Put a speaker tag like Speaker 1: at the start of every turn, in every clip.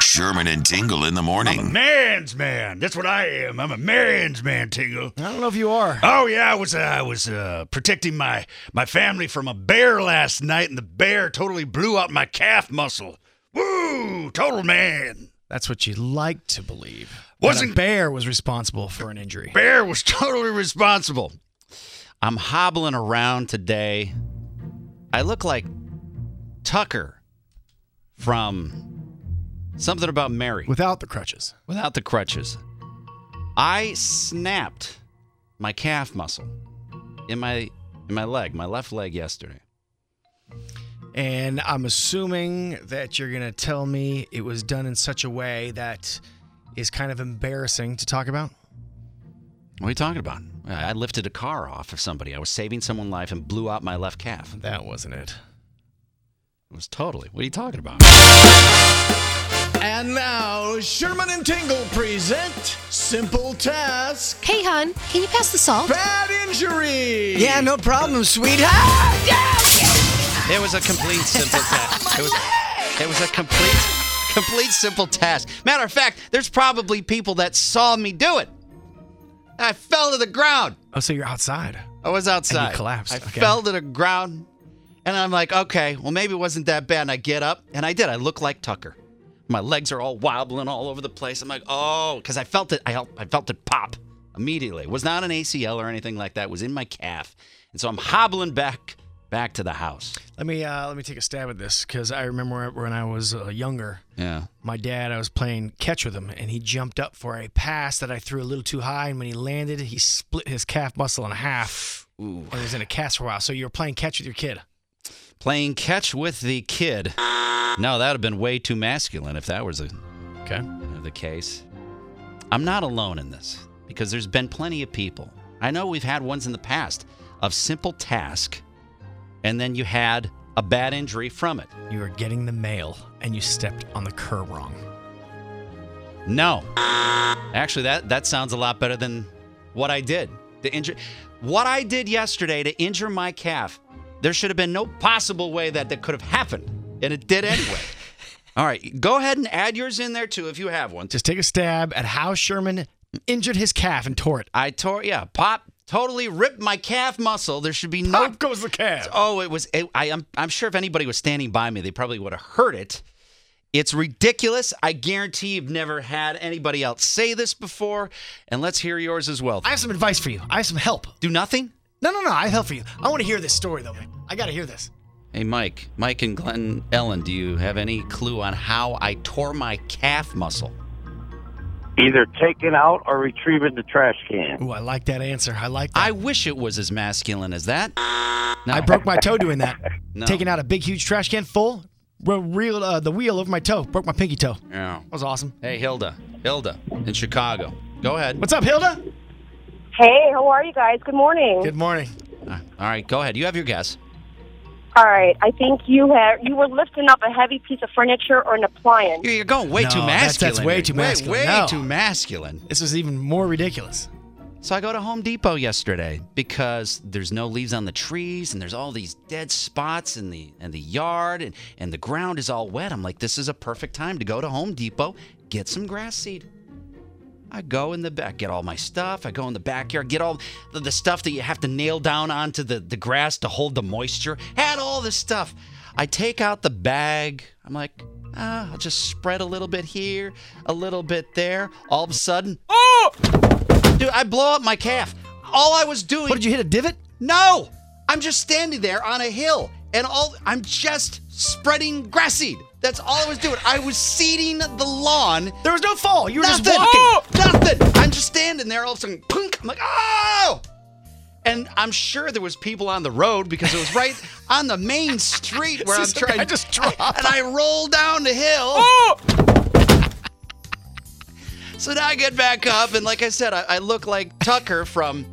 Speaker 1: Sherman and Tingle in the
Speaker 2: I'm a
Speaker 1: morning.
Speaker 2: man's man. That's what I am. I'm a man's man, Tingle.
Speaker 3: I don't know if you are.
Speaker 2: Oh yeah, I was uh, I was uh, protecting my my family from a bear last night, and the bear totally blew out my calf muscle. Woo! Total man.
Speaker 3: That's what you like to believe.
Speaker 2: Wasn't-
Speaker 3: That a bear was responsible for an injury.
Speaker 2: Bear was totally responsible.
Speaker 4: I'm hobbling around today. I look like Tucker from something about Mary
Speaker 3: Without the crutches.
Speaker 4: without the crutches. I snapped my calf muscle in my in my leg, my left leg yesterday.
Speaker 3: And I'm assuming that you're going to tell me it was done in such a way that is kind of embarrassing to talk about.
Speaker 4: What are you talking about? I I lifted a car off of somebody. I was saving someone life and blew out my left calf.
Speaker 3: That wasn't it.
Speaker 4: It was totally. What are you talking about?
Speaker 3: And now, Sherman and Tingle present Simple Task
Speaker 5: Hey, hon, can you pass the salt?
Speaker 3: Bad Injury.
Speaker 6: Yeah, no problem, sweetheart.
Speaker 4: It was a complete simple task. It was, it was a complete, complete simple task. Matter of fact, there's probably people that saw me do it. I fell to the ground.
Speaker 3: Oh, so you're outside.
Speaker 4: I was outside.
Speaker 3: collapsed,
Speaker 4: I
Speaker 3: okay.
Speaker 4: fell to the ground, and I'm like, okay, well maybe it wasn't that bad. And I get up, and I did. I look like Tucker. My legs are all wobbling all over the place. I'm like, oh, because I felt it. I, help- I felt it pop immediately. It was not an ACL or anything like that. It was in my calf, and so I'm hobbling back, back to the house.
Speaker 3: Let me uh, let me take a stab at this because I remember when I was uh, younger,
Speaker 4: Yeah.
Speaker 3: my dad, I was playing catch with him, and he jumped up for a pass that I threw a little too high. And when he landed, he split his calf muscle in half
Speaker 4: Ooh.
Speaker 3: and was in a cast for a while. So you were playing catch with your kid.
Speaker 4: playing catch with the kid. No, that would have been way too masculine if that was the
Speaker 3: Okay.
Speaker 4: the case. I'm not alone in this because there's been plenty of people. I know we've had ones in the past of simple task, and then you had a bad injury from it.
Speaker 3: You were getting the mail, and you stepped on the curb wrong.
Speaker 4: No, actually, that that sounds a lot better than what I did. The injury, what I did yesterday to injure my calf. There should have been no possible way that that could have happened, and it did anyway. All right, go ahead and add yours in there too if you have one.
Speaker 3: Just take a stab at how Sherman injured his calf and tore it.
Speaker 4: I tore, yeah, pop, totally ripped my calf muscle. There should be no.
Speaker 3: Up goes the calf.
Speaker 4: Ah. Oh, it was. It, I, I'm, I'm sure if anybody was standing by me, they probably would have heard it. It's ridiculous. I guarantee you've never had anybody else say this before. And let's hear yours as well.
Speaker 3: I have some advice for you. I have some help.
Speaker 4: Do nothing?
Speaker 3: No, no, no. I have help for you. I want to hear this story though. I gotta hear this.
Speaker 4: Hey, Mike, Mike and Glenn Ellen, do you have any clue on how I tore my calf muscle?
Speaker 7: either taken out or retrieving the trash can.
Speaker 3: Ooh, I like that answer. I like that.
Speaker 4: I wish it was as masculine as that. No.
Speaker 3: I broke my toe doing that.
Speaker 4: No.
Speaker 3: Taking out a big, huge trash can full, re- reeled uh, the wheel over my toe, broke my pinky toe. That
Speaker 4: Yeah.
Speaker 3: was awesome.
Speaker 4: Hey, Hilda. Hilda in Chicago. Go ahead.
Speaker 3: What's up, Hilda?
Speaker 8: Hey, how are you guys? Good morning.
Speaker 3: Good morning.
Speaker 4: All right, go ahead. You have your guess.
Speaker 8: All right, I think you had you were lifting up a heavy piece of furniture or an appliance.
Speaker 4: You're going way
Speaker 3: No,
Speaker 4: too
Speaker 3: that's-
Speaker 4: masculine.
Speaker 3: that's way too masculine.
Speaker 4: Way,
Speaker 3: No.
Speaker 4: too masculine.
Speaker 3: This was even more ridiculous.
Speaker 4: So I go to Home Depot yesterday because there's no leaves on the trees and there's all these dead spots in the in the yard and, and the ground is all wet. I'm like, this is a perfect time to go to Home Depot, get some grass seed. I go in the back, get all my stuff. I go in the backyard, get all the, the stuff that you have to nail down onto the, the grass to hold the moisture. Had all this stuff. I take out the bag. I'm like, ah, I'll just spread a little bit here, a little bit there. All of a sudden, oh, dude, I blow up my calf. All I was doing,
Speaker 3: What did you hit a divot?
Speaker 4: no, I'm just standing there on a hill, and all I'm just spreading grass seed. That's all I was doing. I was seeding the lawn
Speaker 3: There was no fall. You were
Speaker 4: nothing. Oh,
Speaker 3: just walking.
Speaker 4: Nothing. I'm just standing there. All of a sudden, punk. I'm like, oh. And I'm sure there was people on the road because it was right on the main street where I'm
Speaker 3: This guy
Speaker 4: trying.
Speaker 3: just dropped.
Speaker 6: Oh!
Speaker 4: And I roll down the hill. So now I get back up, and like I said, I, I look like Tucker from.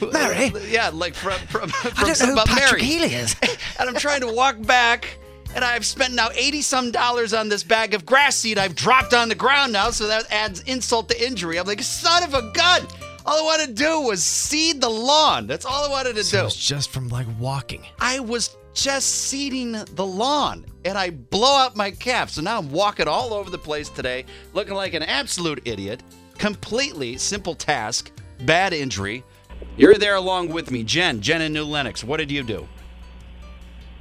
Speaker 3: Oh!
Speaker 6: Mary?
Speaker 4: Yeah, like from from, from
Speaker 6: I don't know who
Speaker 4: about
Speaker 6: Patrick
Speaker 4: Mary.
Speaker 6: Healy is.
Speaker 4: and I'm trying to walk back. And I've spent now eighty some dollars on this bag of grass seed I've dropped on the ground now, so that adds insult to injury. I'm like, son of a gun! All I wanted to do was seed the lawn. That's all I wanted to
Speaker 3: It
Speaker 4: do.
Speaker 3: was just from like walking.
Speaker 4: I was just seeding the lawn, and I blow out my calf. So now I'm walking all over the place today, looking like an absolute idiot. Completely simple task, bad injury. You're there along with me, Jen. Jen in New Lenox. What did you do?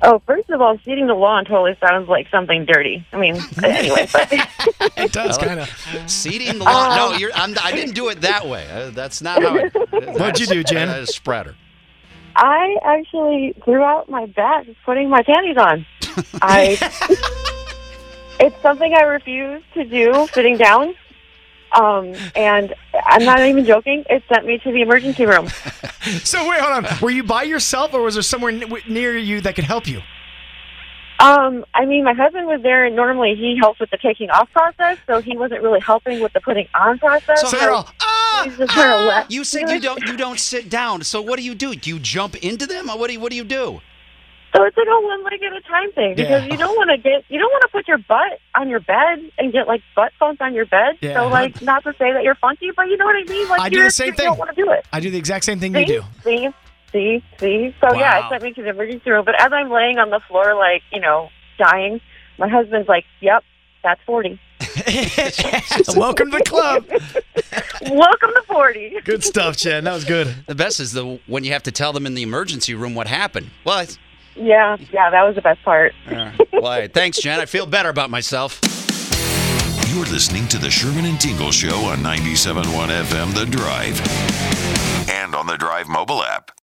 Speaker 8: Oh, first of all, seeding the lawn totally sounds like something dirty. I mean, anyway, but
Speaker 3: It does kind of.
Speaker 4: Seeding the lawn. No, you're, I'm, I didn't do it that way. Uh, That's not how. I,
Speaker 3: What'd you do, Jen?
Speaker 4: A spreader.
Speaker 8: I actually grew out my back putting my panties on. I it's something I refuse to do sitting down. Um, and I'm not even joking. It sent me to the emergency room.
Speaker 3: So wait, hold on. Were you by yourself, or was there someone n- w- near you that could help you?
Speaker 8: Um, I mean, my husband was there, and normally he helps with the taking off process, so he wasn't really helping with the putting on process.
Speaker 3: So they're all. Ah!
Speaker 8: he's just kind of left.
Speaker 4: You said you don't. You don't sit down. So what do you do? Do you jump into them? Or what do you, What do you do?
Speaker 8: So it's like a one leg at a time thing because
Speaker 3: Yeah.
Speaker 8: you don't want to get you don't want to put your butt on your bed and get like butt funk on your bed.
Speaker 3: Yeah.
Speaker 8: So like not to say that you're funky, but you know what I mean. Like
Speaker 3: I do
Speaker 8: you're,
Speaker 3: the same
Speaker 8: you don't
Speaker 3: thing.
Speaker 8: want to do it.
Speaker 3: I do the exact same thing
Speaker 8: See,
Speaker 3: you do.
Speaker 8: see, see, see. So yeah,
Speaker 3: Wow.
Speaker 8: it sent me to the emergency room. But as I'm laying on the floor, like you know, dying, my husband's like, "Yep, that's forty.
Speaker 3: Welcome to the club.
Speaker 8: Welcome to forty.
Speaker 3: Good stuff, Jen. That was good.
Speaker 4: The best is the when you have to tell them in the emergency room what happened. Well, it's-
Speaker 8: Yeah, yeah, that was the best part.
Speaker 4: well, hey, thanks, Jen. I feel better about myself.
Speaker 1: You're listening to the Sherman and Tingle Show on 97.1 FM The Drive and on the Drive mobile app.